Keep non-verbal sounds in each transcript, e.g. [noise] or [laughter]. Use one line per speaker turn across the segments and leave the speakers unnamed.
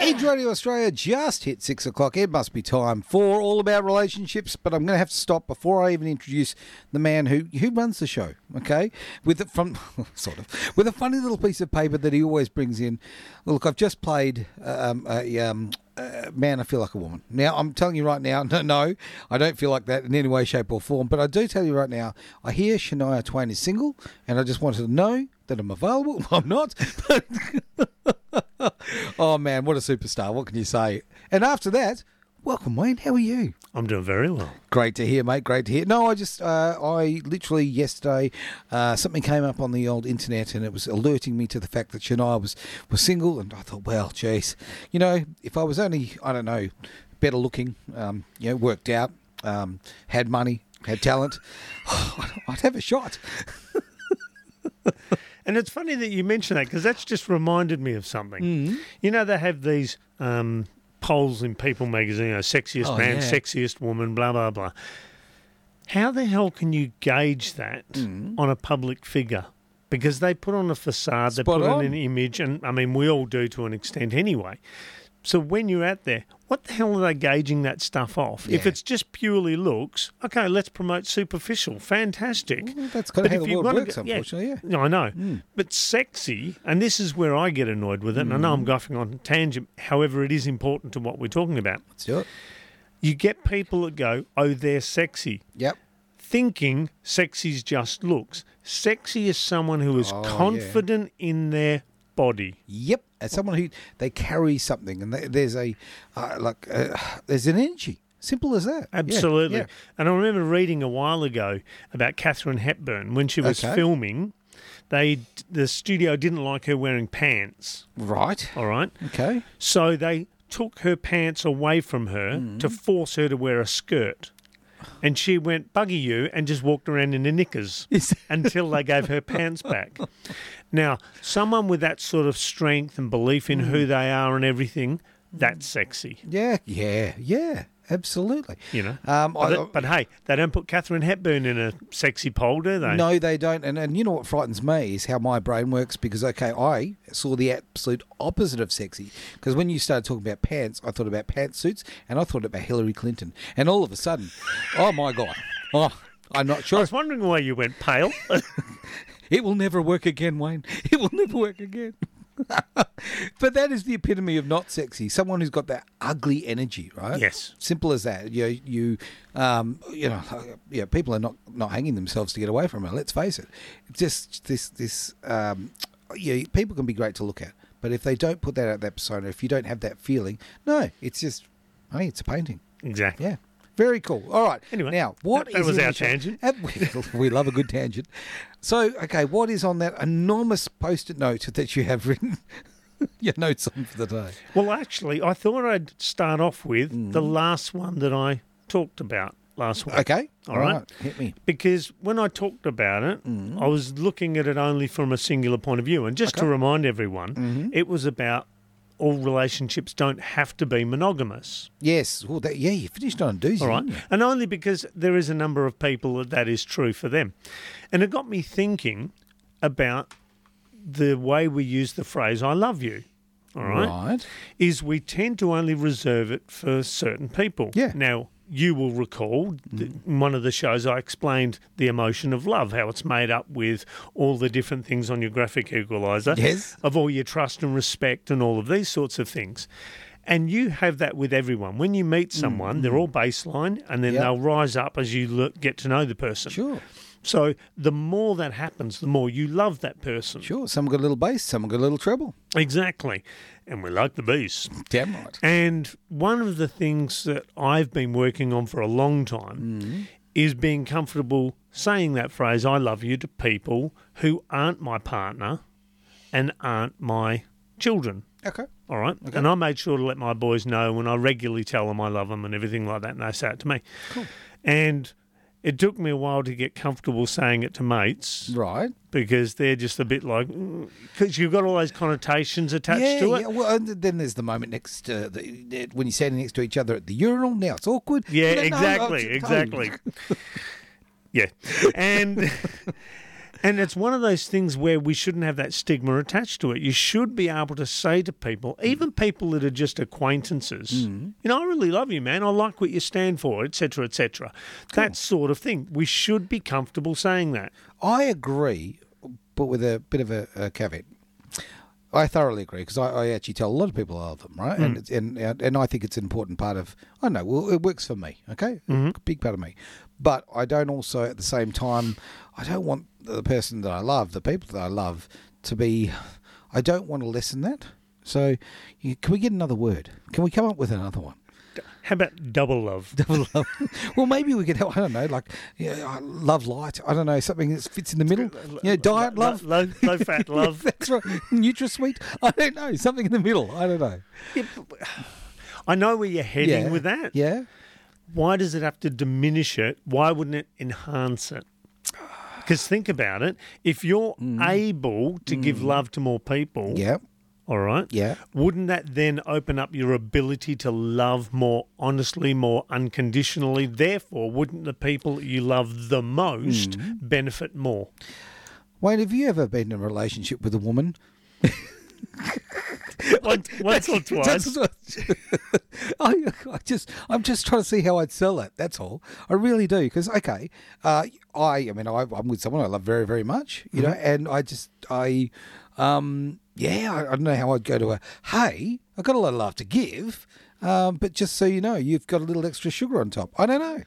Kids Radio Australia just hit six o'clock. It must be time for All About Relationships, but I'm going to have to stop before I even introduce the man who, who runs the show, okay? With a, from, [laughs] sort of, with a funny little piece of paper that he always brings in. Look, I've just played um, a, um, uh, man, I feel like a woman. Now, I'm telling you right now, [laughs] no, no, I don't feel like that in any way, shape, or form. But I do tell you right now, I hear Shania Twain is single, and I just wanted to know that I'm available. [laughs] Well, I'm not. But oh, man, what a superstar. What can you say? And after that, welcome, Wayne. How are you?
I'm doing very well.
Great to hear, mate. Great to hear. No, I just, uh, I literally yesterday, uh, something came up on the old internet and it was alerting me to the fact that Shania was, was single. And I thought, well, geez, you know, if I was only, I don't know, better looking, um, you know, worked out, um, had money, had talent, [sighs] I'd have a shot.
And it's funny that you mention that because that's just reminded me of something.
Mm. Mm-hmm.
You know, they have these um, polls in People magazine, you know, sexiest
Oh,
man,
yeah.
sexiest woman, blah, blah, blah. How the hell can you gauge that
Mm.
on a public figure? Because they put on a facade, they
Spot
put on
on.
an image, and I mean, we all do to an extent anyway. So when you're out there, what the hell are they gauging that stuff off? If
Yeah.
it's just purely looks, okay, let's promote superficial. Fantastic.
Well, that's kind of how
if
the
you
world
wanna
works,
go-
unfortunately, yeah.
No, I know.
Hmm.
But sexy, and this is where I get annoyed with it, and I know
Hmm.
I'm going on a tangent, however, it is important to what we're talking about.
Let's do it.
You get people that go, oh, they're sexy,
Yep.
thinking sexy's just looks. Sexy is someone who is
Oh, yeah.
confident in their body.
Yep, as someone who they carry something, and they, there's a uh, like uh, there's an energy. Simple as that. Yeah,
Absolutely.
yeah.
And I remember reading a while ago about Catherine Hepburn when she was
Okay.
filming. They the studio didn't like her wearing pants.
Right.
All right.
Okay.
So they took her pants away from her
Mm.
to force her to wear a skirt. And she went, buggy you, and just walked around in the knickers
[laughs] Is-
until they gave
[laughs]
her pants back. Now, someone with that sort of strength and belief in
Mm.
who they are and everything, that's sexy,
Yeah. Yeah. Yeah. Absolutely.
you know?
Um, I,
but, but hey, they don't put Catherine Hepburn in a sexy poll, do they?
No, they don't. And, and you know what frightens me is how my brain works because, okay, I saw the absolute opposite of sexy because when you started talking about pants, I thought about pantsuits and I thought about Hillary Clinton. And all of a sudden, oh my God. Oh, I'm not
I
sure.
was wondering why you went pale. [laughs]
It will never work again, Wayne. [laughs] It will never work again. [laughs] but that is the epitome of not sexy. Someone who's got that ugly energy, right?
Yes.
Simple as that. You, you, um, you know, [laughs] yeah. People are not not hanging themselves to get away from it. Let's face it. It's Just this, this, um, yeah. People can be great to look at, but if they don't put that out that persona, if you don't have that feeling, no, it's just, hey, it's a painting.
exactly.
Yeah. Very cool. All right.
Anyway,
now what
that- that
is
was
in
our
the show-
tangent.
Uh, we- [laughs] we love a good tangent. So, okay, what is on that enormous post-it note that you have written [laughs] your notes on for the day?
Well, actually, I thought I'd start off with the last one that I talked about last week.
Mm. Okay.
All right.
Hit me.
Because when I talked about it, I was looking at it only from a singular point of view. And just
Mm.
to
Okay. Mm-hmm.
remind everyone, it was about all relationships don't have to be monogamous.
Yes. Well, that, yeah, you finished on a doozy.
All right.
didn't you?
And only because there is a number of people that that is true for them. And it got me thinking about the way we use the phrase, I love you. All right
Right.
is we tend to only reserve it for certain people.
Yeah. Mm.
Now, you will recall that in one of the shows I explained the emotion of love, how it's made up with all the different things on your graphic equalizer.
Yes.
Of all your trust and respect and all of these sorts of things. And you have that with everyone. When you meet someone, they're all baseline and then
Mm. Yeah.
they'll rise up as you look, get to know the person.
Sure.
So the more that happens, the more you love that person.
Sure. Some got a little bass. Some got a little treble.
Exactly. And we like the beast.
Damn right.
And one of the things that I've been working on for a long time
Mm.
is being comfortable saying that phrase, I love you, to people who aren't my partner and aren't my children.
Okay.
All right. And I made sure to let my boys know and I regularly tell them I love them and everything like that. And they say it to me. And it took me a while to get comfortable saying it to mates
Right. because
because they're just a bit like, because you've got all those connotations attached
yeah,
to it.
yeah. Well, and then there's the moment next uh, the, when you're standing next to each other at the urinal. Now it's awkward.
Yeah,
You don't know how
[laughs] exactly,
to-
exactly. yeah, and And it's one of those things where we shouldn't have that stigma attached to it. You should be able to say to people, even people that are just acquaintances,
Mm.
you know, I really love you, man. I like what you stand for, etc., etc. That sort of thing. We should be comfortable saying that.
I agree, but with a bit of a, a caveat. I thoroughly agree because I, I actually tell a lot of people I love them, right? And it's, and and and I think it's an important part of. I know. Well, it works for me. Okay, a big part of me, but I don't also at the same time. I don't want the person that I love, the people that I love, to be. I don't want to lessen that. So, you, can we get another word? Can we come up with another one?
How about double love?
Double love. well, maybe we could. help- I don't know. Like, yeah, I love light. I don't know something that fits in the middle. Yeah, diet love.
Low, low
[laughs]
fat love.
That's right. NutraSweet. I don't know. Something in the middle. I don't know.
I know where you're heading
yeah.
with that.
Yeah.
Why does it have to diminish it? Why wouldn't it enhance it? Because think about it. If you're able to give love to more people,
Mm. Yeah.
all right,
Yeah.
wouldn't that then open up your ability to love more honestly, more unconditionally? Therefore, wouldn't the people that you love the most
Mm. [laughs]
benefit more?
Wayne, have you ever been in a relationship with a woman?
Once, once or
[laughs]
twice.
That's what- I, [laughs] I just, I'm just trying to see how I'd sell it. That's all. I really do. Because okay, uh, I, I mean, I, I'm with someone I love very, very much. You
Mm-hmm.
know, and I just, I, um, yeah, I, I don't know how I'd go to a. Hey, I've got a lot of love to give. Um, but just so you know, you've got a little extra sugar on top. I don't know.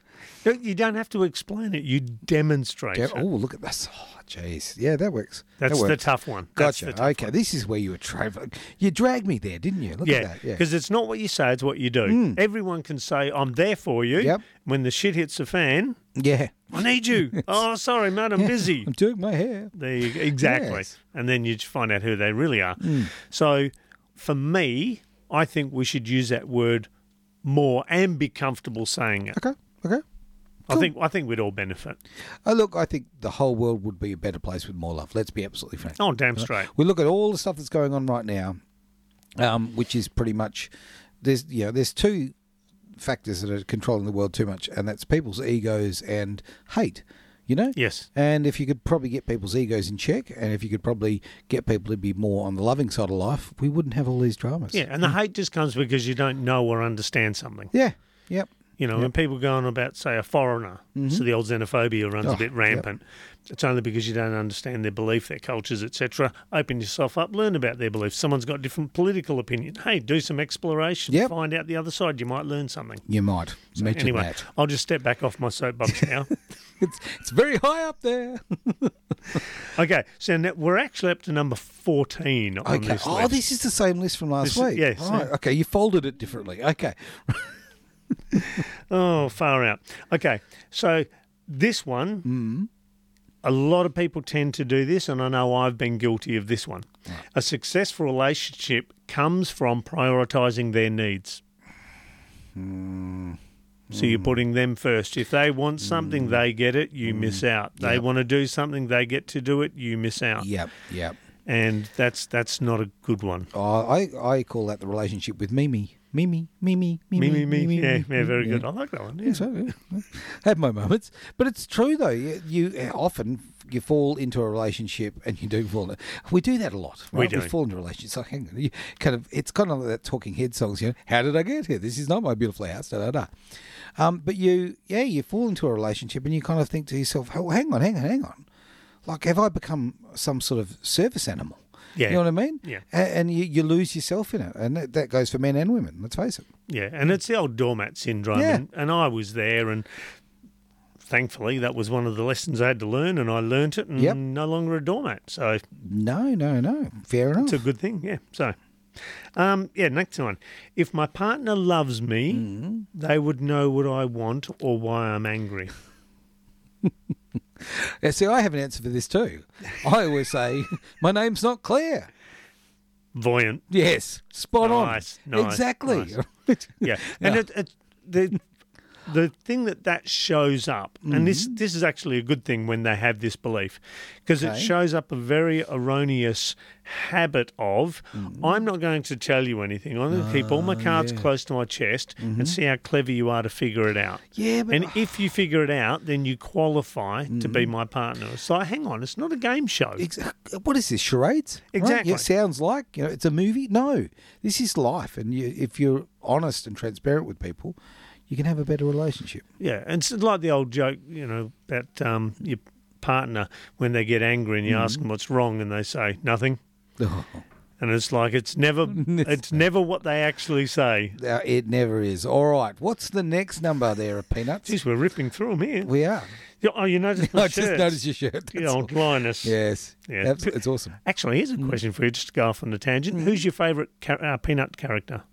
You don't have to explain it. You demonstrate
Yeah,
it.
oh, look at this. Oh, jeez. Yeah, that works. That
That's the
works.
tough one. That's
Gotcha.
the tough
okay, this is where you were traveling. You dragged me there, didn't you? Look
Yeah,
at that. Yeah. Hmm.
because it's not what you say; it's what you do. Everyone can say, "I'm there for you."
Yep.
When the shit hits the fan,
Yeah.
I
[laughs]
need you. oh, sorry, mate, I'm busy.
I'm doing my hair.
There you go. Exactly,
Yes. Hmm.
and then you just find out who they really are. So, for me, I think we should use that word more and be comfortable saying it.
Okay. Okay. Ah,
I think I think we'd all benefit.
Oh, look, I think the whole world would be a better place with more love. Let's be absolutely frank.
Oh, damn straight.
We look at all the stuff that's going on right now, um, which is pretty much there's you know there's two factors that are controlling the world too much, and that's people's egos and hate. You know.
Yes.
And if you could probably get people's egos in check, and if you could probably get people to be more on the loving side of life, we wouldn't have all these dramas.
Yeah, and the hate just comes because you don't know or understand something.
Yeah. Yep. Mm-hmm.
You know, when people go on about, say, a foreigner, so the old xenophobia runs
Oh,
a bit rampant. It's only because you don't understand their belief, their cultures, etc. Open yourself up, learn about their beliefs. Someone's got different political opinion. Hey, do some exploration,
Yep.
find out the other side. You might learn something.
You might mention
anyway,
that. [laughs]
I'll just step back off my soapbox now.
It's it's very high up there.
okay, so now we're actually up to number fourteen on
Okay.
this
Oh,
list.
this is the same list from last
This is-
week.
yes,
Right. Okay. You folded it differently. Okay.
Oh, far out. Okay, so this one, a lot of people tend to do this, and I know I've been guilty of this one. A successful relationship comes from prioritizing their needs. Hmm. So you're putting them first. If they want something, they get it, you miss out. They want to do something, they get to do it, you miss out.
Yep. Yep.
And that's that's not a good one.
Oh, I I call that the relationship with Mimi. Mimi. Mimi. Mimi.
Me, me, me. Yeah, yeah, very good. I like that one. Yeah.
Yeah, so yeah. have my moments, but it's true though. You, you eh, often you fall into a relationship, and you do fall. We do that a lot.
We
Right?
do.
fall into relationships. So hang on, you kind of it's kind of like that Talking Head songs. You know, how did I get here? This is not my beautiful house. Da da da. Um, but you, yeah, you fall into a relationship, and you kind of think to yourself, oh, hang on, hang on, hang on. Like, have I become some sort of service animal?
Yeah.
You know what I mean?
Yeah.
A- And, you, you lose yourself in it. And that, that goes for men and women, let's face it.
Yeah, and it's the old doormat syndrome.
Yeah.
And, and I was there, and thankfully, that was one of the lessons I had to learn, and I learnt it, and
Yep.
no longer a doormat. So
No, no, no. Fair enough.
it's a good thing. Yeah. So, um, yeah, next one. If my partner loves me,
Mm.
they would know what I want or why I'm angry.
Yeah, see, I have an answer for this
[laughs]
too. I always say, my name's not Claire.
Voyant.
Yes, spot
Nice,
on.
nice,
exactly.
nice. Yeah. And
Yeah.
It, it, the, the thing that that shows up,
Mm-hmm.
and this this is actually a good thing when they have this belief, because
Okay.
it shows up a very erroneous habit of
Mm-hmm.
I'm not going to tell you anything. I'm going to keep all
Oh,
my cards close to my chest and see how clever you are to figure it out.
[laughs] Mm-hmm. Yeah, but Mm-hmm.
And if you figure it out, then you qualify to be my partner. It's like, hang on, it's not a game show.
Ex- what is this charades? Right?
Exactly.
It sounds like you know it's a movie. No, this is life, and you, if you're honest and transparent with people, you can have a better
[laughs]
relationship.
Yeah, and it's like the old joke, you know, about um, your partner when they get angry
Mm-hmm.
and you ask them what's wrong and they say nothing, and it's like it's never,
[laughs]
it's never what they actually say.
Uh, it never is. All right, what's the next number there, Peanuts?
Geez, we're ripping through them here.
We are.
Yeah, Oh,
[laughs]
you noticed my
I just
shirt?
noticed your shirt.
The
that's all. Mm.
old Linus.
Yes,
Yeah.
That's- it's
[sighs]
awesome.
Actually, here's a question for you, just to go off on a
Mm.
tangent. Who's your favourite char- uh, peanut character?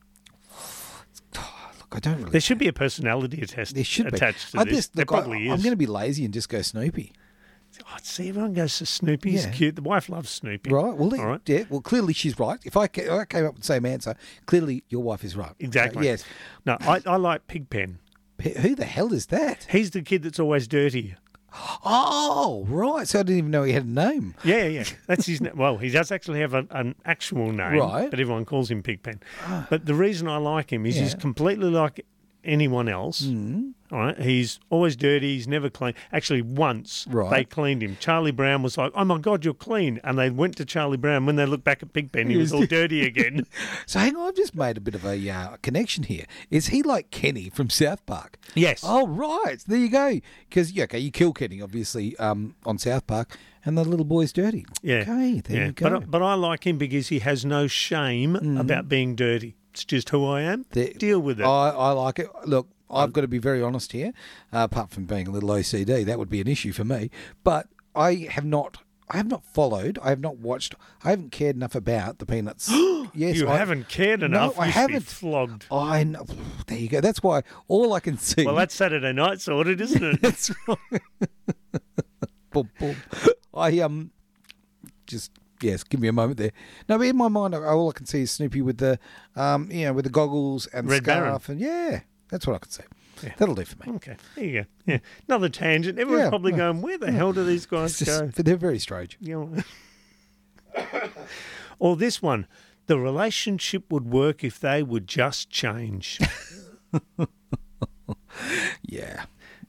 Look, I don't really.
There should be a personality attest-
There should be.
attached to
I
this.
just
there
look. I,
probably
I'm
is.
going to be lazy and just go Snoopy.
Oh, see, everyone goes to Snoopy. He's
Yeah.
cute. The wife loves Snoopy.
Right. Well,
All right.
yeah. Well, clearly she's right. If I, ca- I came up with the same answer, clearly your wife is right. So,
Exactly.
yes.
No, I, I like Pigpen.
P- who the hell is that?
He's the kid that's always dirty.
Oh, right. So I didn't even know he had a name.
Yeah, yeah. That's his name. Well, he does actually have a, an actual name,
Right. Ah.
but everyone calls him Pigpen. But the reason I like him is he's
Yeah.
completely like anyone else. Mm. All right. He's always dirty. He's never clean. Actually, once
Right.
they cleaned him. Charlie Brown was like, oh my God, you're clean. And they went to Charlie Brown. When they looked back at Pigpen, he was all dirty
[laughs]
again.
So hang on, I've just made a bit of a uh, connection here. Is he like Kenny from South Park?
Yes.
Oh, right. There you go. Because yeah, okay, you kill Kenny obviously um, on South Park, and the little boy's dirty.
Yeah.
Okay. There
yeah.
you go. Mm.
But, uh, I- but I like him because he has no shame about being dirty. It's just who I am.
The-
Deal with it. Um,
I, I like it. Look, I've got to be very honest here. Uh, apart from being a little OCD, that would be an issue for me. But I have not. I have not followed. I have not watched. I haven't cared enough about the
[gasps]
peanuts. yes,
you
I,
haven't cared
No,
enough.
I
You should be
haven't.
flogged.
I know. [sighs] There you go. That's why all I can see.
Well, that's Saturday night sorted,
[laughs]
isn't it?
that's right. boom, boom. I um, just yes, give me a moment there. No, but in my mind, I- all I can see is Snoopy with the um, you know, with the goggles and the
Red Baron. Hmm.
scarf, and yeah, that's what I can see. That'll do for me.
okay, there you go. Yeah, another tangent. Everyone's
Yeah,
probably going, "Where the hell do these guys
[laughs] It's just-
go?"
they're very strange.
You know. [laughs] or this one, the relationship would work if they would just change.
[laughs] Yeah.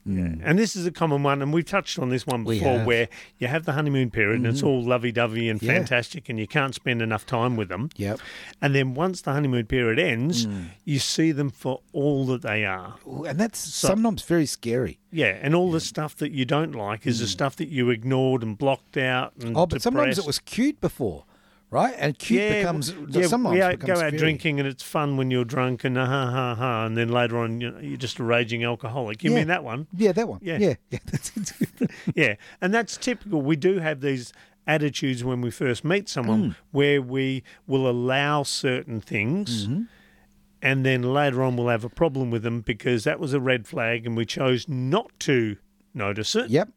and this is a common one, and we've touched on this one
We
before,
have. Mm-hmm.
where you have the honeymoon period and it's all lovey-dovey and
Yeah.
fantastic, and you can't spend enough time with them.
Yep.
And then once the honeymoon period ends,
Mm.
you see them for all that they are.
Ooh, And that's sometimes very scary.
Yeah, and all the stuff that you don't like is the stuff that you ignored and blocked out and
Mm. Oh, but sometimes it
depressed.
was cute before, right? And cute
yeah,
becomes
yeah,
sometimes
we out-
becomes
go out
very-
drinking and it's fun when you're drunk and ah, ha ha ha, and then later on you know, you're just a raging alcoholic. You
Yeah.
mean that one?
Yeah, that one.
Yeah.
Yeah, [laughs] yeah. that's it.
yeah, and that's typical. We do have these attitudes when we first meet someone
Mm.
where we will allow certain things.
Mm-hmm.
And then later on, we'll have a problem with them because that was a red flag, and we chose not to notice it.
yep.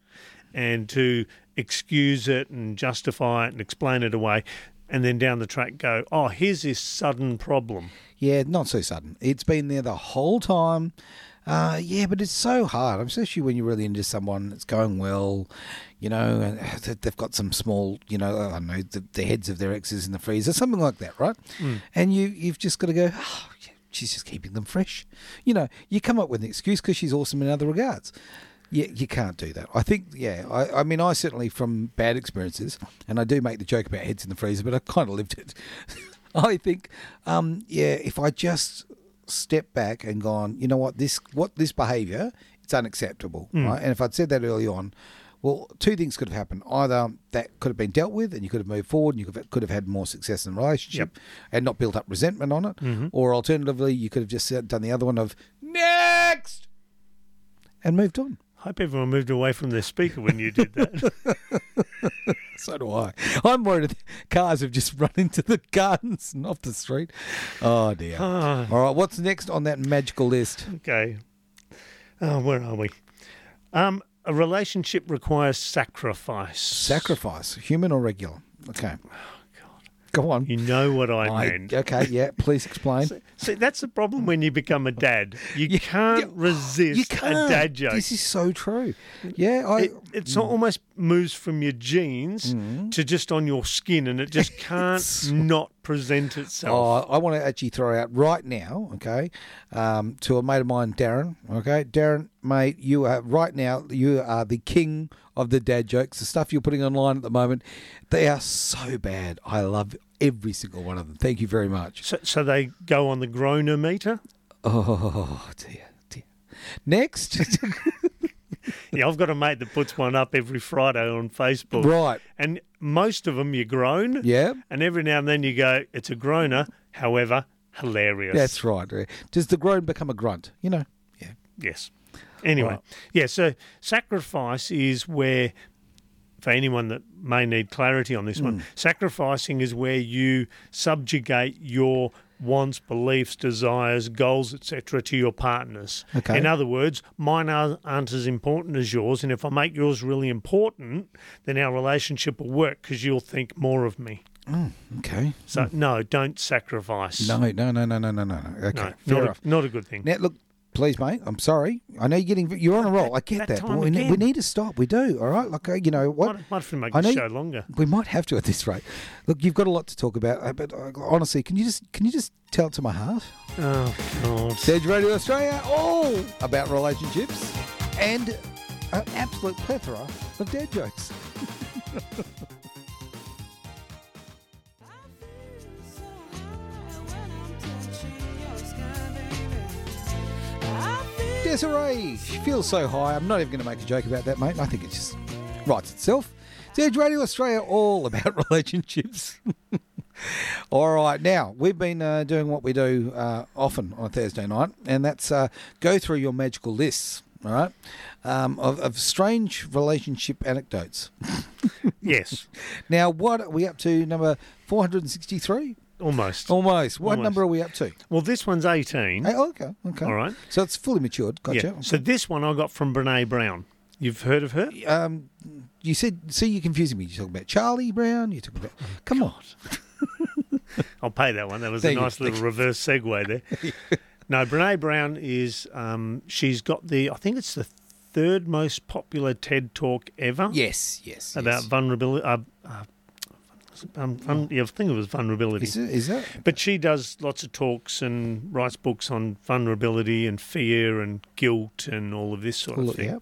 and to excuse it and justify it and explain it away. And then down the track go, oh, here's this sudden problem.
Yeah, not so sudden. It's been there the whole time. Uh, yeah, but it's so hard, especially when you're really into someone that's going well, you know, and [sighs] that they've got some small, you know, I don't know, the, the heads of their exes in the freezer, something like that, right? And you, you've just got to go, oh, yeah, she's just keeping them fresh. You know, you come up with an excuse because she's awesome in other regards. Yeah, you can't do that. I think, yeah, I, I mean, I certainly from bad experiences, and I do make the joke about heads in the freezer, but I kind of lived it. [laughs] I think, um, yeah, if I just step back and gone, you know what, this what this behaviour, it's unacceptable, right? And if I'd said that early on, well, two things could have happened. Either that could have been dealt with, and you could have moved forward, and you could have, could have had more success in the relationship, and not built up resentment on it. Or alternatively, you could have just said- done the other one of next, and moved on.
Hope everyone moved away from their speaker when you did that.
So do I. [laughs] I'm worried that cars have just run into the gardens and off the street. Oh dear.
Ah.
All right, what's next on that magical list?
okay. Oh, where are we? Um, a relationship requires sacrifice. Oh,
Sacrifice, human or regular? Okay. Go on.
You know what I, mean.
okay, yeah. Please
[laughs]
explain.
See, that's the problem when you become a dad. You can't resist
you can't.
a dad joke.
This is so true. Yeah, I.
it, it's not almost moves from your genes
Mm.
to just on your skin, and
[laughs]
it just can't not present itself.
Oh, I want to actually throw out right now, okay, um, to a mate of mine, Darren. Okay, Darren, mate, you are right now. You are the king of the dad jokes. The stuff you're putting online at the moment, they are so bad. I love every single one of them. Thank you very much.
So, so they go on
[laughs]
the gronometer.
Oh dear, dear. Next, [laughs]
Yeah, I've got a mate that puts one up every Friday on Facebook.
right?
And most of them you groan.
Yeah.
And every now and then you go, it's a groaner, however, hilarious.
That's right. Does the groan become a grunt? You know. Yeah.
Yes. Anyway,
Right.
yeah, so sacrifice is where, for anyone that may need clarity on this
Hmm.
one, sacrificing is where you subjugate your wants, beliefs, desires, goals, etc., to your partners.
Okay.
In other words, mine are- aren't as important as yours, and if I make yours really important, then our relationship will work because you'll think more of me.
Okay.
So no, don't sacrifice.
Hmm. No, no, no, no, no, no, no. no. Okay. Fair
no, not
enough.
a, not a good thing.
Now, look, please, mate. I'm sorry. I know you're getting. You're on a roll. I get
that
that. but
time
we, ne- we
again.
need to stop. We do. All right. Like uh, you know what.
Might, might have to make
I know
the
you-
show longer.
We might have to at this rate. Look, you've got a lot to talk about, uh, but uh, honestly, can you just can you just tell it to my heart?
Oh God.
Sedge Radio Australia, all about relationships and an absolute plethora of dad jokes. Desiree, she feels so high. I'm not even going to make a joke about that, mate. I think it just writes itself. Sedge Radio Australia, all about [laughs] relationships. All right, now we've been uh, doing what we do uh, often on a Thursday night, and that's uh, go through your magical lists. All right, um, of, of strange relationship anecdotes.
Yes, [laughs]
Now, what are we up to? Number four hundred and sixty-three,
almost.
almost. What
Almost.
number are we up to?
Well, this one's 18.
Hey, oh, okay, okay.
All right.
So it's fully matured.
Yeah.
Gotcha.
So this one I got from Brene Brown. You've heard of her?
um, you said. See, you're confusing me. You're talking about Charlie Brown. You're talking about.
Oh,
Come on.
I'll pay that one. That was a
Thank you.
nice little reverse segue
[laughs]
there. no, Brene Brown is, um, she's got the, I think it's the third most popular TED talk ever
Yes. Yes.
about
yes.
vulnerability. Uh, uh, um, vul- yeah, I think it was vulnerability.
Is it? Is it?
But she does lots of talks and writes books on vulnerability and fear and guilt and all of this sort of
Look,
thing.
yeah.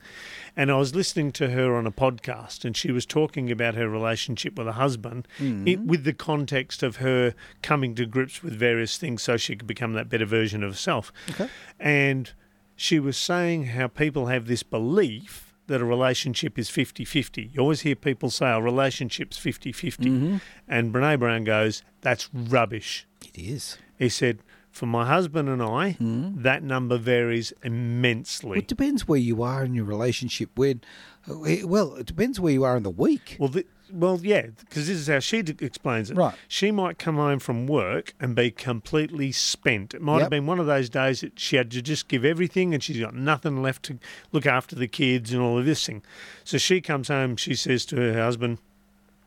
And I was listening to her on a podcast, and she was talking about her relationship with her husband
Mm-hmm.
it, with the context of her coming to grips with various things so she could become that better version of herself.
Okay.
And she was saying how people have this belief that a relationship is 50 50. You always hear people say, a relationship's 50 50.
Mm-hmm.
And Brene Brown goes, that's rubbish.
It is.
He said, for my husband and I, that number varies immensely.
It depends where Hmm? you are in your relationship. When, uh, well, it depends where you are in the week.
Well, th well, yeah, because this is how she d- explains it.
Right.
She might come home from work and be completely spent. It might
Yep.
have been one of those days that she had to just give everything, and she's got nothing left to look after the kids and all of this thing. So she comes home. She says to her husband,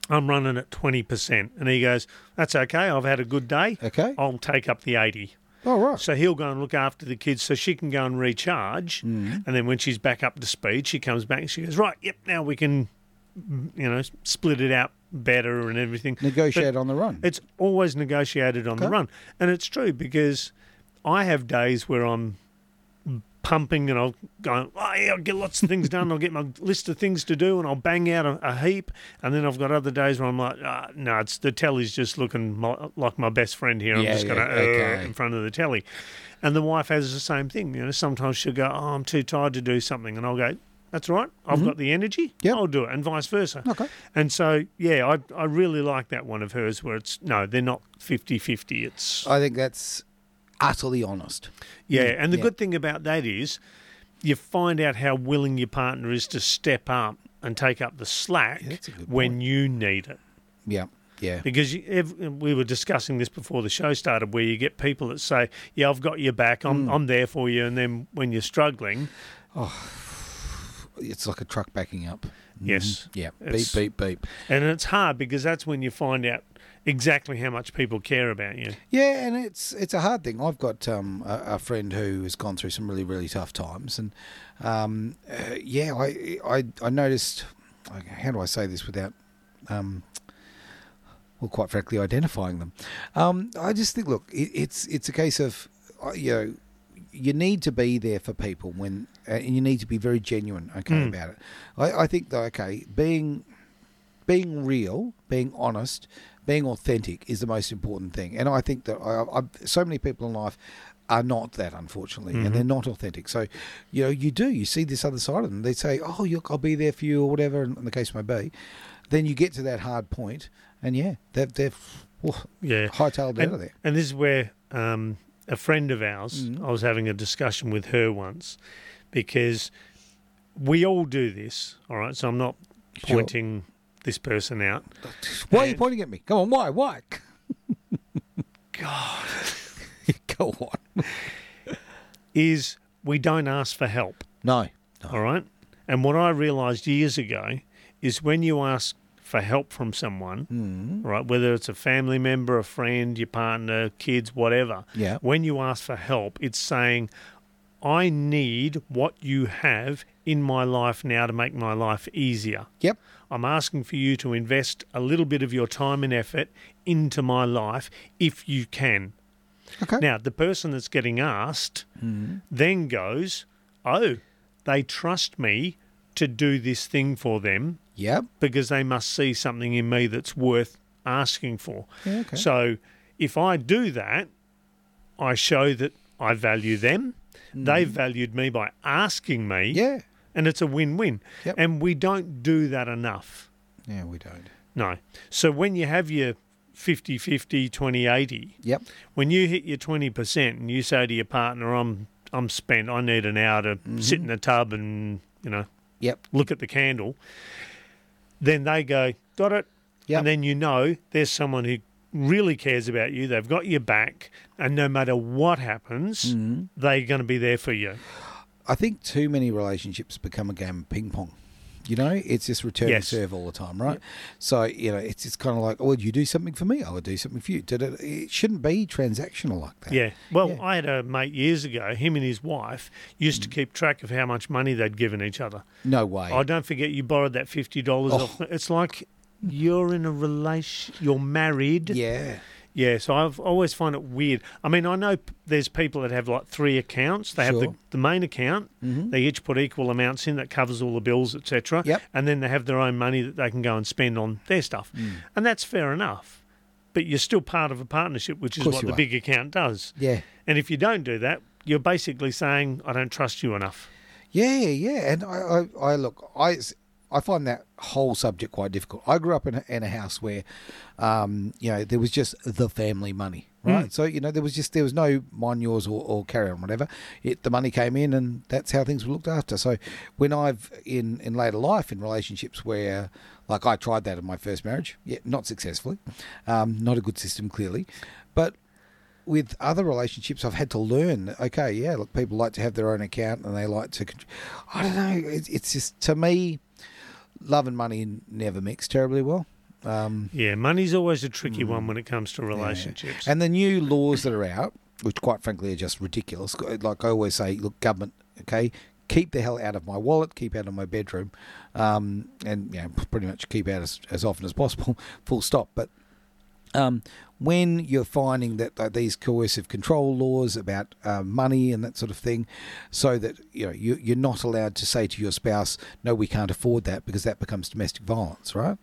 "I'm running at twenty percent," and he goes, "That's okay. I've had a good day.
Okay.
I'll take up the eighty.
All right.
So he'll go and look after the kids so she can go and recharge.
Mm.
And then when she's back up to speed, she comes back and she goes, Right, yep, now we can, mm, you know, s- split it out better and everything.
Negotiate on the run.
But it's always negotiated on the
Mm. Okay.
run. And it's true because I have days where I'm pumping and I'll go, oh, yeah, I'll get lots of things done. I'll get my list of things to do and I'll bang out a, a heap. And then I've got other days where I'm like, ah, no, it's the telly's just looking my, like my best friend here. I'm
Yeah,
just
yeah,
going to
okay.
in front of the telly. And the wife has the same thing. You know, sometimes she'll go, oh, I'm too tired to do something. And I'll go, that's all right. I've got the energy.
Mm-hmm. Yep.
I'll do it. And vice versa.
Okay.
And so, yeah, I, I really like that one of hers where it's, no, they're not 50 50. It's,
I think that's utterly honest.
yeah. And the
Uh, yeah.
good thing about that is you find out how willing your partner is to step up and take up the slack
Yeah, that's a good
when you need it.
Yeah. Yeah.
Because you, ev we were discussing this before the show started, where you get people that say,
Mm.
"Yeah, I've got your back. I'm I'm there for you," and then when you're struggling,
it's like a truck backing up. Mm-hmm.
Yes.
Yeah.
It's-
beep, beep, beep.
And it's hard because that's when you find out exactly how much people care about you.
Yeah, and it's it's a hard thing. I've got um, a, a friend who has gone through some really really tough times, and um, uh, yeah, I I, I noticed. like, How do I say this without, um, well, quite frankly, identifying them? Um, I just think, look, it, it's it's a case of uh, you know you need to be there for people when, uh, and you need to be very genuine, okay,
Mm.
about it. I, I think that okay, being being real, being honest, being authentic is the most important thing. And I think that I, I, so many people in life are not that, unfortunately,
Mhm.
and they're not authentic. So, you know, you do, you see this other side of them. They say, oh, look, I'll be there for you or whatever, and, and the case may be. Then you get to that hard point, and yeah, they're, they're whew,
Yeah.
hightailed out of there.
And this is where um, a friend of ours,
Mhm.
I was having a discussion with her once because we all do this. All right. So I'm not
Sure.
pointing this person out.
Why are you
And-
pointing at me? Come on, why? Why? [laughs]
God.
Go on.
Is we don't ask for help.
No.
All right. And what I realized years ago is when you ask for help from someone,
Mm.
right, whether it's a family member, a friend, your partner, kids, whatever,
Yeah.
when you ask for help, it's saying, I need what you have in my life now to make my life easier.
Yep.
I'm asking for you to invest a little bit of your time and effort into my life if you can.
Okay.
Now, the person that's getting asked
Mm.
then goes, Oh, they trust me to do this thing for them
Yep.
because they must see something in me that's worth asking for.
Yeah, okay.
So if I do that, I show that I value them. They valued me by asking me,
Mm-hmm. yeah.
and it's a win win.
Yep.
And we don't do that enough.
Yeah, we don't.
No. So when you have your 50 50, 20 80,
Yep.
when you hit your 20% and you say to your partner, I'm, I'm spent, I need an hour to
Mm-hmm.
sit in the tub and, you know,
Yep.
look at the candle, then they go, got it.
Yep.
And then you know there's someone who really cares about you. They've got your back. And no matter what happens, they're going to be there for you.
I think too many relationships become a game of ping pong. You know, it's just return
Yes.
to serve all the time, right? So you know, it's it's kind of like, oh, you do something for me, I will do something for you. Did it? It shouldn't be transactional like that.
Yeah. Well,
Yeah.
I had a mate years ago, him and his wife used to keep track of how much money they'd given each other.
No way.
Oh, don't forget you borrowed that $50 off. It's like you're in a relation, you're married.
yeah.
Yeah, so I've always find it weird. I mean, I know p- there's people that have like three accounts. They have
Sure.
the, the main account.
Mhm.
They each put equal amounts in that covers all the bills, etc.
Yep.
And then they have their own money that they can go and spend on their stuff,
Mm.
and that's fair enough. But you're still part of a partnership, which is
Course
what
you
the
are.
big account does.
Yeah.
And if you don't do that, you're basically saying I don't trust you enough.
Yeah, yeah, and I, I, I look, I, I find that whole subject quite difficult. I grew up in a, in a house where, um, you know, there was just the family money, right? So you know, there was just there was no mine, yours, or, or carry on, whatever. It, the money came in, and that's how things were looked after. So when I've in in later life in relationships where, like, I tried that in my first marriage, yeah, not successfully, um, not a good system clearly, but with other relationships, I've had to learn. that, Okay, yeah, look, people like to have their own account and they like to. contr- I don't know. It's, it's just to me, love and money never mix terribly well. Um,
Yeah, money's always a
Mm.
tricky one when it comes to relationships.
and the new laws that are out, which quite frankly are just ridiculous. Like I always say, look, government, okay, keep the hell out of my wallet, keep out of my bedroom, um, and you know, pretty much keep out as, as often as possible. [laughs] Full stop. But um, when you're finding that uh, these coercive control laws about uh, money and that sort of thing, so that you know you, you're not allowed to say to your spouse, "No, we can't afford that," because that becomes domestic violence, right?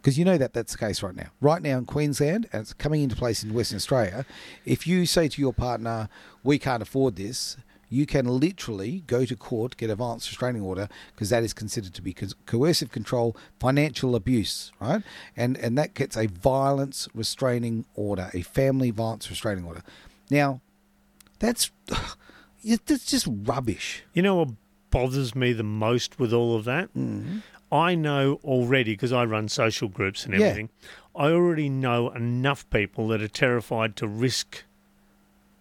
Because you know that that's the case right now. Right now in Queensland, and it's coming into place in Western Australia. If you say to your partner, "We can't afford this," you can literally go to court, get a violence restraining order, because that is considered to be co- coercive control, financial abuse, right? And and that gets a violence restraining order, a family violence restraining order. Now, that's [sighs] that's just rubbish.
You know what bothers me the most with all of that?
Mm-hmm.
I know already because I run social groups and
Yeah.
everything. I already know enough people that are terrified to risk,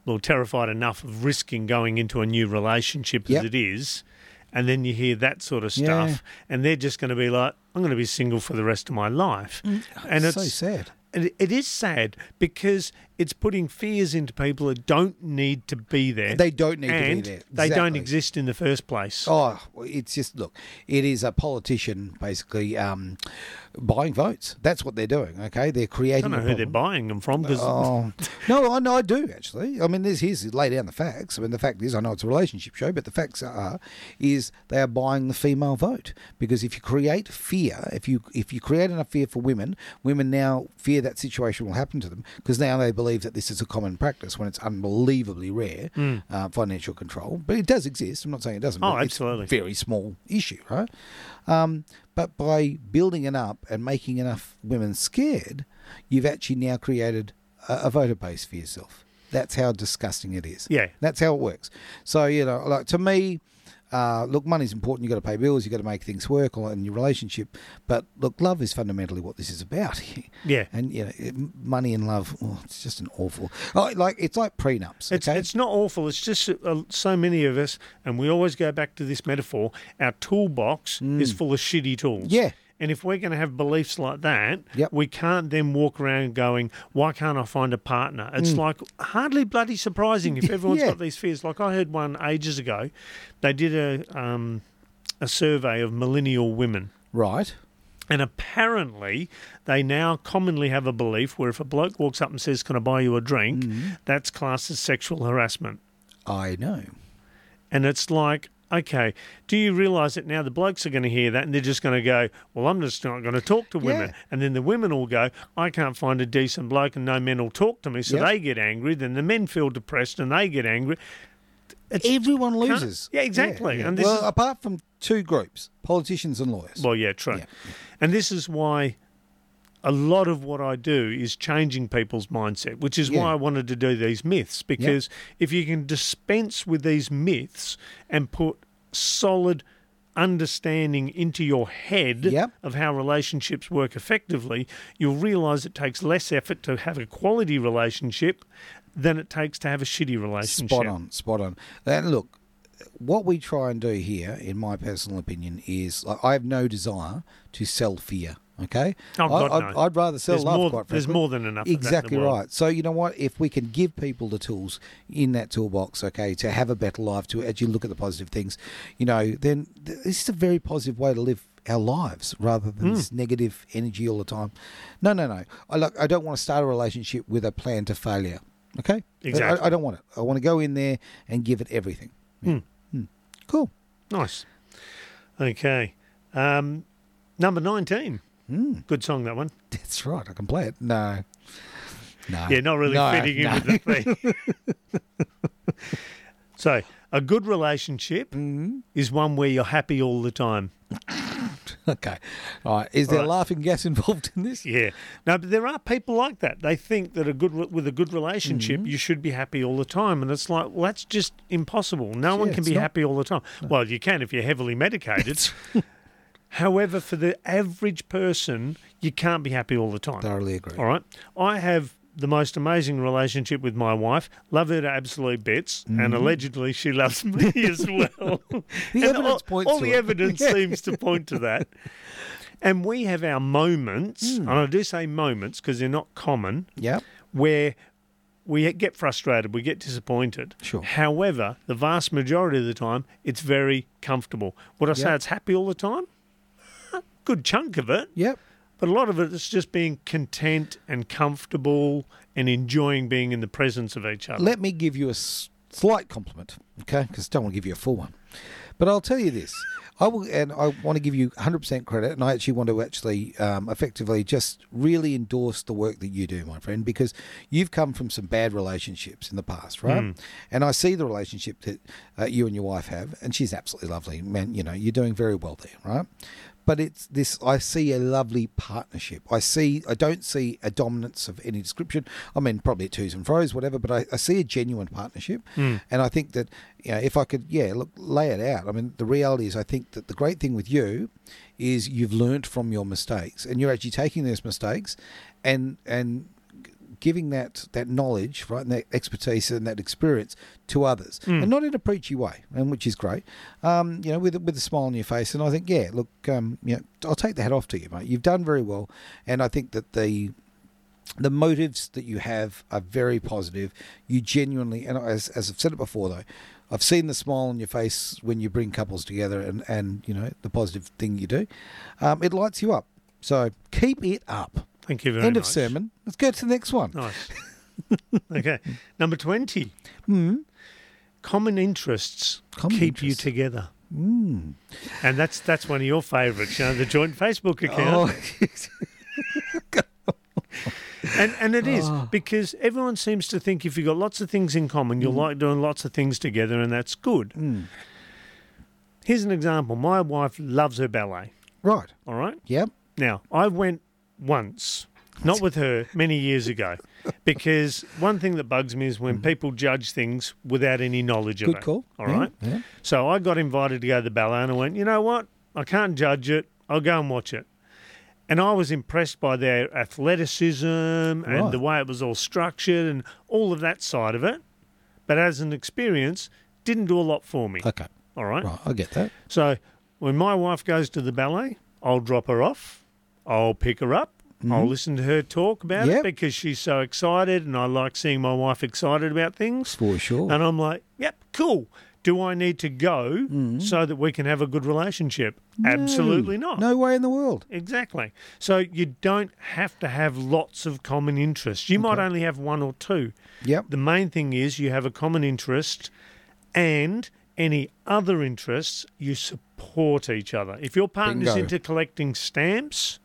or terrified enough of risking going into a new relationship
Yep.
as it is, and then you hear that sort of stuff,
Yeah.
and they're just going to be like, "I'm going to be single for the rest of my life," and
Mm. so sad.
and it- it is sad because it's putting fears into people that don't need to be there.
They don't need to be
and
there.
They don't
Exactly.
exist in the first place.
Oh, well, it's just look. It is a politician basically um, buying votes. That's what they're doing. Okay, they're
I
creating.
don't know
a
who they're
problem.
buying them from because
Oh [laughs] no, I know I do actually. I mean, this here's lay down the facts. I mean, the fact is, I know it's a relationship show, but the facts are is they are buying the female vote because if you create fear, if you if you create enough fear for women, women now fear that situation will happen to them because now they believe that this is a common practice when it's unbelievably rare uh, financial control, but it does exist. I'm not saying it doesn't.
Mm. Oh,
but it's
absolutely.
very small issue, right? Um, but by building it up and making enough women scared, you've actually now created a, a voter base for yourself. That's how disgusting it is.
Yeah.
That's how it works. So, you know, like to me, uh, look, money's important. You've got to pay bills. You've got to make things work all in your relationship. But look, love is fundamentally what this is about. [laughs]
Yeah.
And, you know, it, money and love, oh, it's just an awful. Oh, like, it's like prenups.
It's,
okay?
it's not awful. It's just uh, so many of us, and we always go back to this metaphor our toolbox is full of shitty tools.
Hmm. Yeah.
And if we're going to have beliefs like that,
Yep.
we can't then walk around going, why can't I find a partner? It's like hardly bloody
[laughs]
surprising if everyone's
Hmm. Yeah.
got these fears. Like I heard one ages ago, they did a, um, a survey of millennial women.
right.
And apparently, they now commonly have a belief where if a bloke walks up and says, Can I buy you a drink?
Mm-hmm.
that's classed as sexual harassment.
I know.
And it's like, okay, do you realize that now the blokes are going to hear that and they're just going to go, well, I'm just not going to talk to women.
Yeah.
And then the women will go, I can't find a decent bloke and no men will talk to me. So
Yep.
they get angry. Then the men feel depressed and they get angry. It's,
Everyone loses.
Yeah, exactly. And this
well,
is-
apart from two groups, politicians and lawyers.
well, yeah, true.
Yeah.
And this is why a lot of what I do is changing people's mindset, which is
Yeah.
why I wanted to do these myths. Because if you can dispense with these myths and put solid understanding into your head
Yep.
of how relationships work effectively, you'll realize it takes less effort to have a quality relationship than it takes to have a shitty relationship.
Spot on, spot on. And look, what we try and do here, in my personal opinion, is like, I have no desire to sell fear. Okay,
Oh, God,
I, I'd,
no.
I'd rather sell
There's
love.
more-
quite
there's
frankly.
more than enough of that in the
Exactly
world.
right. Uh, So you know what? If we can give people the tools in that toolbox, okay, to have a better life, to actually look at the positive things, you know, then th- this is a very positive way to live our lives rather than this
Hmm.
negative energy all the time. No, no, no. I like. I don't want to start a relationship with a plan to failure. Okay. I-
Exactly.
I, I don't want it. I want to go in there and give it everything.
Hmm.
Hmm. Cool. [laughs]
Nice. Okay. Um, number 19.
Hmm.
Good song, that one.
That's right. I can play it. No. No.
Yeah, not really
No,
fitting in
no.
with the thing. so, a good relationship
Mhm.
is one where you're happy all the time.
[laughs] Okay. All right. Is there
right.
laughing gas [laughs] involved in this?
Yeah. No, but there are people like that. They think that a good re- with a good relationship,
Mm-hmm.
you should be happy all the time, and it's like, well, that's just impossible. No one
Yeah,
can
it's
be
not.
happy all the time. Well, you can if you're heavily medicated.
[laughs]
However, for the average person, you can't be happy all the time.
Thoroughly agree.
All right. I have the most amazing relationship with my wife. Love her to absolute bits, and
Mm-hmm.
allegedly she loves me
[laughs]
[laughs] as well. the
evidence
all,
points
all
to
the
it. [laughs]
evidence seems to point to that. And we have our
Hmm.
moments, and I do say moments because they're not common,
Yeah.
where we get frustrated, we get disappointed.
Sure.
However, the vast majority of the time, it's very comfortable. Would I say
Yeah.
it's happy all the time? A Good chunk of it.
Yep.
But a lot of it is just being content and comfortable and enjoying being in the presence of each other.
Let me give you a s- slight compliment, okay? Because I don't want to give you a full one. But I'll tell you this. I will, and I want to give you 100% credit, and I actually want to actually um, effectively just really endorse the work that you do, my friend, because you've come from some bad relationships in the past, right? And I see the relationship that uh, you and your wife have, and she's absolutely lovely. Man, you know, you're doing very well there, right? But it's this. I see a lovely partnership. I see. I don't see a dominance of any description. I mean, probably twos and fro's, whatever. But I, I see a genuine partnership, and I think that you know, if I could, yeah, look, lay it out. I mean, the reality is, I think that the great thing with you is you've learnt from your mistakes, and you're actually taking those mistakes, and and giving that that knowledge, right, and that expertise and that experience to others, and not in a preachy way, and which is great. Um, you know, with a- with a smile on your face, and I think, yeah, look, um, you know, I'll take the hat off to you, mate. You've done very well, and I think that the the motives that you have are very positive. You genuinely, and as, as I've said it before, though, I've seen the smile on your face when you bring couples together, and and you know the positive thing you do, um, it lights you up. So keep it up.
Thank you very
End
much.
of sermon. Let's go to the next one.
Nice. [laughs] okay. Number 20. Common interests
Hmm? Common
keep
interests. Hmm.
you together. And that's that's one of your favourites, you know, the joint Facebook account.
Oh.
And and it is
Ah.
because everyone seems to think if you've got lots of things in common,
Hmm.
you'll like doing lots of things together, and that's good. Here's an example. My wife loves her ballet.
[laughs] right.
All right.
Yep.
Now, I went once, not with her, many years ago, because one thing that bugs me is when people judge things without any knowledge of
Mm-hmm. Good call.
it. All
Yeah,
right.
yeah.
So I got invited to go to the ballet, and I went, you know what? I can't judge it. I'll go and watch it. And I was impressed by their athleticism and
Right.
the way it was all structured and all of that side of it. But as an experience, didn't do a lot for me.
Okay.
All right.
Uh, Right. I get that.
So when my wife goes to the ballet, I'll drop her off. I'll pick her up. I'll listen to her talk about
Mm-hmm. Yep.
it because she's so excited, and I like seeing my wife excited about things.
For sure.
And I'm like, yep, cool. Do I need to go
Mm-hmm.
so that we can have a good relationship? Absolutely not.
No way in the world.
Exactly. So you don't have to have lots of common interests. You might only have one or two.
Yep.
The main thing is you have a common interest and any other interests, you support each other. If your partner's
Bingo.
into collecting stamps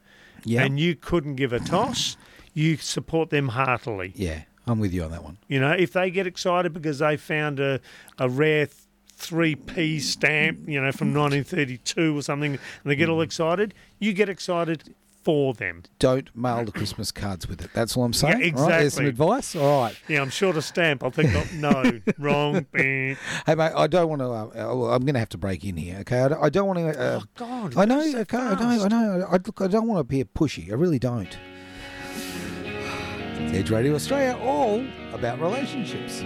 Yeah.
and you couldn't give a toss, you support them heartily.
yeah. I'm with you on that one.
You know, if they get excited because they found a, a rare th- 3P stamp, you know, from 1932 or something, and they get
Hmm.
all excited, you get excited for them.
Don't mail the Christmas cards with it. That's all I'm saying.
Yeah,
All right, there's some
exactly.
advice. All right.
Yeah, I'm short a stamp. I'll think, oh,
[laughs]
no, wrong. eh.
Hey, mate, I don't want to. Uh, uh, well, I'm going to have to break in here, okay? I don't, I don't want to. Uh,
Oh, God.
I know,
go so
okay, I know, I
fast.
know. I, I- look, I don't want to appear pushy. I really don't. [sighs] Edge Radio Australia, all about relationships.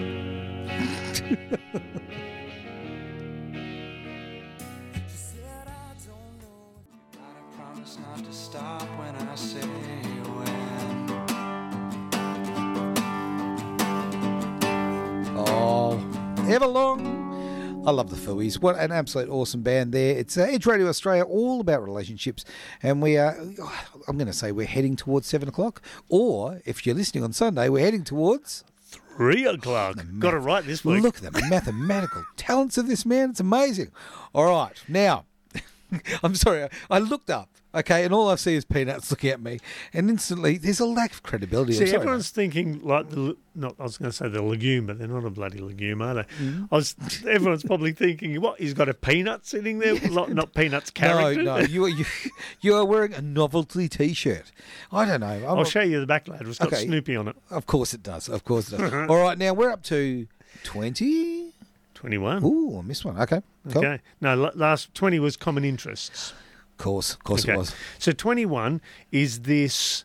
I promise not to stop when I say when.
Oh, Everlong. I love the Fooies. What an absolute awesome band there. It's uh, Edge Radio Australia, all about relationships. And we are, [sighs] I'm going to say we're heading towards seven o'clock. Or if you're listening on Sunday, we're heading towards.
Three o'clock. Got it right this week.
Look at the
[laughs]
mathematical talents of this man. It's amazing. All right. Now, [laughs] I'm sorry. I- I looked up, okay, and all I see is peanuts looking at me. And instantly, there's a lack of credibility. I'm
See,
sorry,
everyone's thinking like the l- not. I was going to say the legume, but they're not a bloody legume, are they?
Mm.
I was. Everyone's probably thinking, what? He's got a peanut sitting
[laughs]
there. Lo- not peanuts
mate.
character.
No, no, you are you, [laughs] you are wearing a novelty T-shirt. I don't know. I'm
I'll
not-
show you the back lad. It's got
Okay.
Snoopy on it.
of course it does. Of course it does.
[laughs]
all right, now we're up to twenty.
Twenty-one.
Ooh, I missed one. Okay, cool.
Okay. No, la- last twenty was common interests.
Of course, of course
Okay.
it was.
So twenty-one is this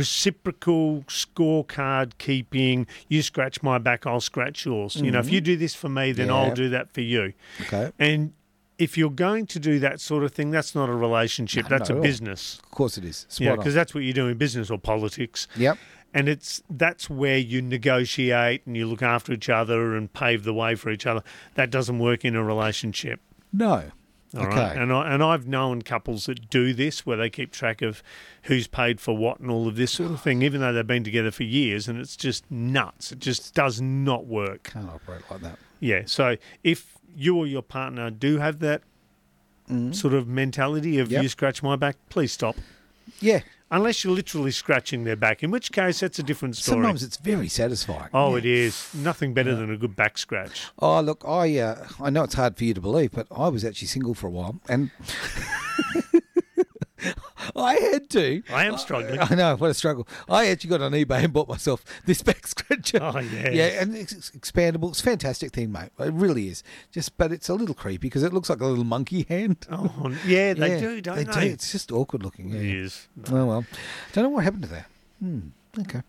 reciprocal scorecard keeping. You scratch my back, I'll scratch yours. You know, if you do this for me, then
Mm-hmm. Yeah.
I'll do that for you.
Okay,
And if you're going to do that sort of thing, that's not a relationship.
No,
that's
not
a
at all.
business.
of course it is.
Yeah,
Spot
because
on.
that's what you do in business or politics.
Yep.
And it's that's where you negotiate and you look after each other and pave the way for each other. That doesn't work in a relationship.
No.
all right?
okay.
And I, and I've known couples that do this where they keep track of who's paid for what and all of this sort of thing, even though they've been together for years, and it's just nuts. It just does not work.
Can't operate like that.
Yeah. So if you or your partner do have that sort of mentality of
Mm-hmm. Yep.
you scratch my back, please stop.
Yeah.
Unless you're literally scratching their back, in which case that's a different story.
Sometimes it's very satisfying.
oh, it is. Nothing better than a good back
[laughs]
scratch.
Oh, look, I uh, I know it's hard for you to believe, but I was actually single for a while, and [laughs] I had to.
I am struggling.
I know what a struggle. I actually got on eBay and bought myself this back scratcher.
Oh, yes.
yeah, and it's it's expandable. It's a fantastic thing, mate. It really is. Just, but it's a little creepy because it looks like a little monkey [laughs] hand.
oh, yeah, they
Yeah,
do, don't they?
they? It's just awkward looking. Yeah.
It is.
Oh well, don't know what happened to that. Hmm. Okay.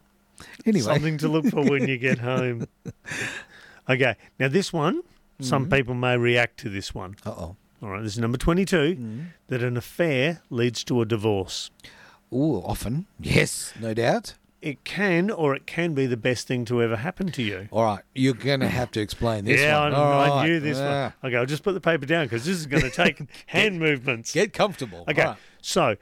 Anyway,
Something to look for when you
[laughs]
get home. Okay, now this one,
Mm-hmm.
some people may react to this one.
uh oh.
All right, this is number 22
Mm-hmm.
that an affair leads to a divorce.
Ooh, often. Yes, no doubt.
It can or it can be the best thing to ever happen to you.
All right, you're going to have to explain this
yeah,
one.
I,
All
I
right, Ah.
knew this
yeah.
one. Okay, I'll just put the paper down because this
[laughs]
is going to take hand movements.
Get comfortable.
Okay,
All right.
so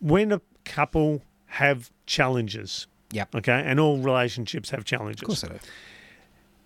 when a couple have challenges,
Yep. Of
okay, and all relationships have challenges.
course I do.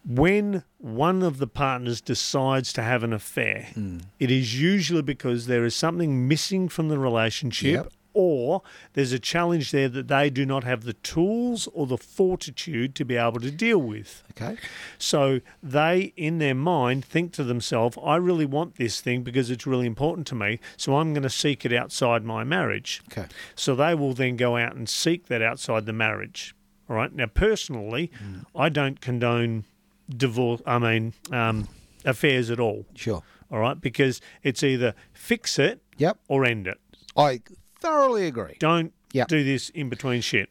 when one of the partners decides to have an affair,
Hmm.
it is usually because there is something missing from the relationship
Yep.
or there's a challenge there that they do not have the tools or the fortitude to be able to deal with.
Okay.
So they, in their mind, think to themselves, I really want this thing because it's really important to me, so I'm going to seek it outside my marriage.
Okay.
So they will then go out and seek that outside the marriage. All right. Now, personally,
Mm.
I don't condone divorce. I mean, um, affairs at all.
Sure.
All right, because it's either fix it
Yep.
or end it.
I thoroughly agree.
Don't
Yep.
do this in between shit.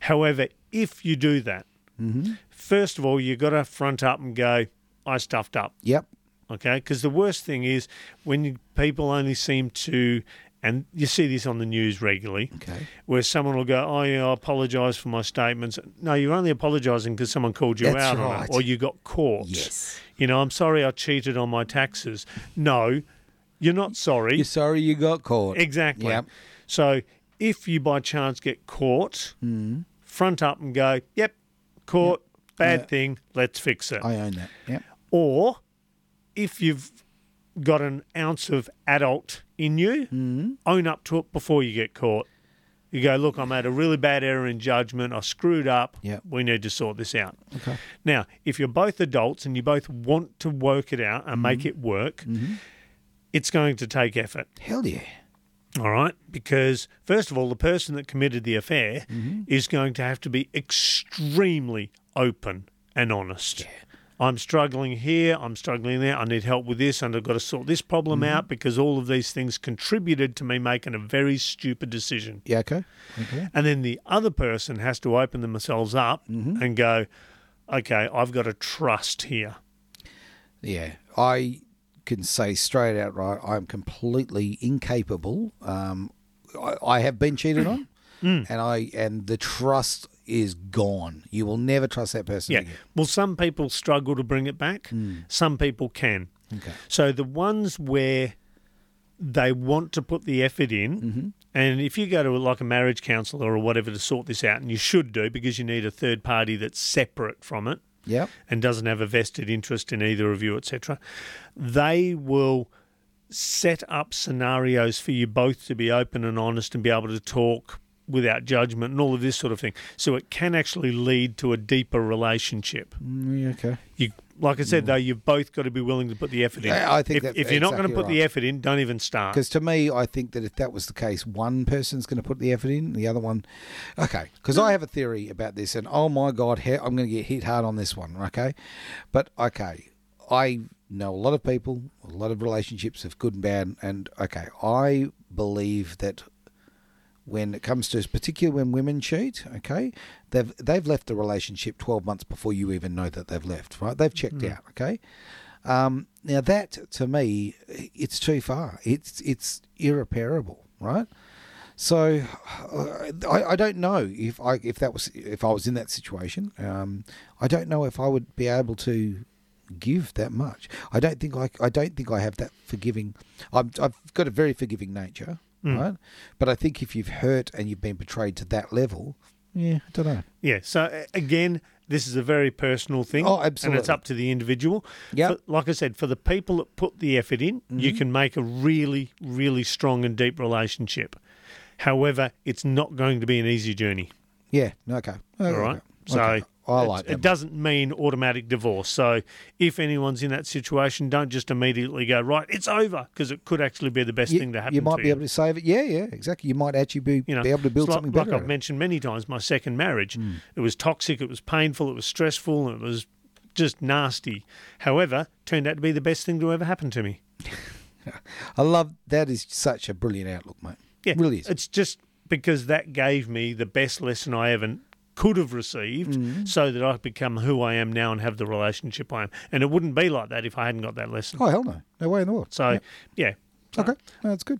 However, if you do that,
Mm-hmm.
first of all, you got to front up and go, I stuffed up
Yep.
okay? Because the worst thing is when you, people only seem to, and you see this on the news regularly,
Okay.
where someone will go, "Oh, yeah, I apologise for my statements." No, you're only apologising because someone called you
That's
out on
right.
it, or you got caught.
Yes.
You know, I'm sorry, I cheated on my taxes. No, you're not sorry.
You're sorry you got caught.
Exactly.
Yep.
So if you by chance get caught,
Hmm.
front up and go, "Yep, caught." Bad thing. Let's fix it
I own that. Yep.
or if you've got an ounce of adult in you, own up to it before you get caught. You go, look, I made a really bad error in judgment. I screwed up.
Yeah.
We need to sort this out.
Okay.
Now, if you're both adults and you both want to work it out and make it work, it's going to take effort.
Hell yeah.
All right. Because, first of all, the person that committed the affair is going to have to be extremely open and honest. I'm struggling here. I'm struggling there. I need help with this. And I've got to sort this problem out because all of these things contributed to me making a very stupid decision.
Yeah. Okay. Okay.
And then the other person has to open themselves up and go, okay, I've got to trust here.
Yeah, I can say straight out, right, I'm completely incapable. Um, I, I have been cheated [clears throat] on, and I and the trust is gone. You will never trust that person
Yeah.
again.
Well, some people struggle to bring it back, some people can.
Okay.
So the ones where they want to put the effort in, and if you go to like a marriage counsellor or whatever to sort this out, and you should do because you need a third party that's separate from it
Yep.
and doesn't have a vested interest in either of you, etc., they will set up scenarios for you both to be open and honest and be able to talk without judgment and all of this sort of thing. So it can actually lead to a deeper relationship.
Mm, yeah, okay.
You, like I said, though, you've both got to be willing to put the effort in.
Mm. Yeah, I think
if,
that's
if you're not going to
exactly
put the
right.
effort in, don't even start.
Because to me, I think that if that was the case, one person's going to put the effort in, the other one, okay. Because I have a theory about this, and oh my god, he- I'm going to get hit hard on this one, okay? But okay, I know a lot of people, a lot of relationships of good and bad, and okay, I believe that when it comes to, particularly when women cheat, okay, they've they've left the relationship 12 months before you even know that they've left, right? They've checked out, okay. Um, now that to me, it's too far. It's it's irreparable, right? So uh, I, I don't know if I if that was if I was in that situation. Um, I don't know if I would be able to give that much. I don't think I I don't think I have that forgiving. I'm, I've got a very forgiving nature,
Hmm.
right? But I think if you've hurt and you've been betrayed to that level, yeah, I don't know.
Yeah. So a- again, this is a very personal thing.
Oh,
And
absolutely.
it's up to the individual.
Yep.
For- Like I said, for the people that put the effort in,
Mm-hmm.
you can make a really, really strong and deep relationship. However, it's not going to be an easy journey.
Yeah, no, okay,
All right. So
I
it-
like
it
that.
doesn't mean automatic divorce. So if anyone's in that situation, don't just immediately go right. It's over because it could actually be the best
you,
thing to happen.
you might
to
be
you.
able to save it. Yeah, yeah, exactly. You might actually be,
you know,
be able to build
it's like,
something
like
better. Hmm.
I've
out of it.
mentioned many times, my second marriage, it was toxic, it was painful, it was stressful, and it was just nasty. However, turned out to be the best thing to ever happen to me.
I love that. Is such a brilliant outlook, mate.
Yeah, Uh,
really is.
It's just because that gave me the best lesson I ever could have received
Hmm.
so that I become who I am now and have the relationship I am. And it wouldn't be like that if I hadn't got that lesson.
Oh hell no, no way in the world.
So, yeah.
Okay, no, that's good.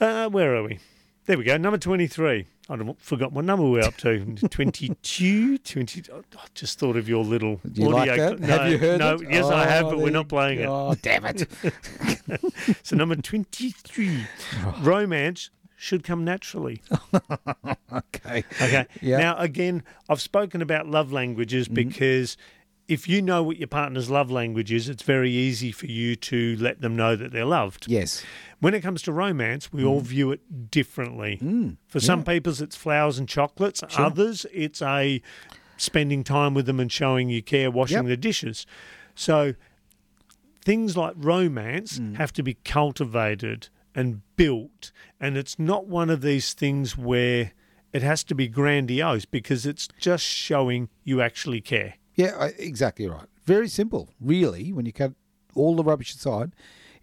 Uh, where are we? There we go. Number 23. I don't, forgot what number we're up to.
[laughs]
22? 20, I just thought of your little
Do you like
audio.
that?
No,
have you heard
no,
it?
yes, I have,
Oh,
but we're
there
not
you-
playing it.
Oh damn
[laughs]
it!
So
[laughs]
number 23, romance should come naturally.
okay.
Okay.
Yeah. Mm.
Now, again, I've spoken about love languages because if you know what your partner's love language is, it's very easy for you to let them know that they're loved.
Yes.
When it comes to romance, we all view it differently. For some people, it's flowers and chocolates. Others, it's a spending time with them and showing you care, washing
Yep.
the dishes. So things like romance have to be cultivated and built. And it's not one of these things where it has to be grandiose because it's just showing you actually care.
Yeah, I- exactly right. Very simple, really. When you cut all the rubbish aside,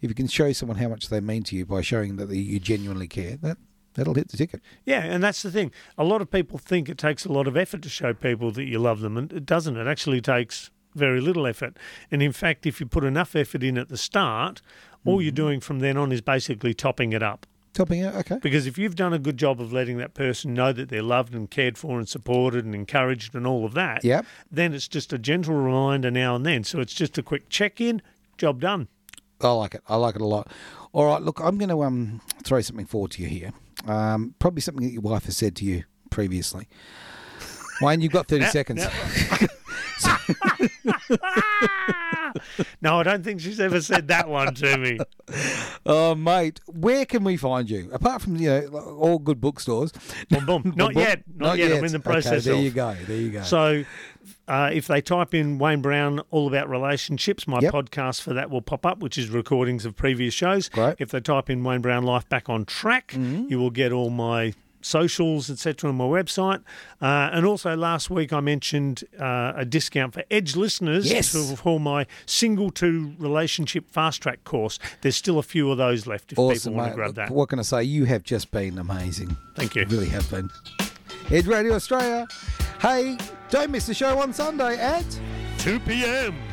if you can show someone how much they mean to you by showing that you genuinely care, that that'll hit the ticket.
Yeah, and that's the thing. A lot of people think it takes a lot of effort to show people that you love them, and it doesn't. It actually takes very little effort. And in fact, if you put enough effort in at the start, all you're doing from then on is basically topping it up.
Topping out, okay.
Because if you've done a good job of letting that person know that they're loved and cared for and supported and encouraged and all of that,
Yep.
then it's just a gentle reminder now and then. So it's just a quick check in, job done.
I like it. I like it a lot. All right, look, I'm going to um, throw something forward to you here. Um, probably something that your wife has said to you previously. Wayne, you've got
[laughs]
30 seconds.
No, I don't think she's ever said that one to me.
Oh, mate, where can we find you? Apart from, you know, like all good bookstores.
Boom, boom. [laughs] Not yet. Not, yet. I'm in the process
Okay, there
of.
you go. There you go.
So, uh, if they type in Wayne Brown, all about relationships, my
Yep.
podcast for that will pop up, which is recordings of previous shows.
Right.
If they type in Wayne Brown Life Back on Track,
Mm-hmm.
you will get all my socials, etc., on my website. Uh, and also, last week I mentioned uh, a discount for Edge listeners
Yes.
to- for my single to relationship fast track course. There's still a few of those left if
Awesome,
people want
mate.
to grab
Look,
that.
What can I say? You have just been amazing.
Thank you.
really have been. Ed Radio Australia. Hey, don't miss the show on Sunday at.
2 p.m.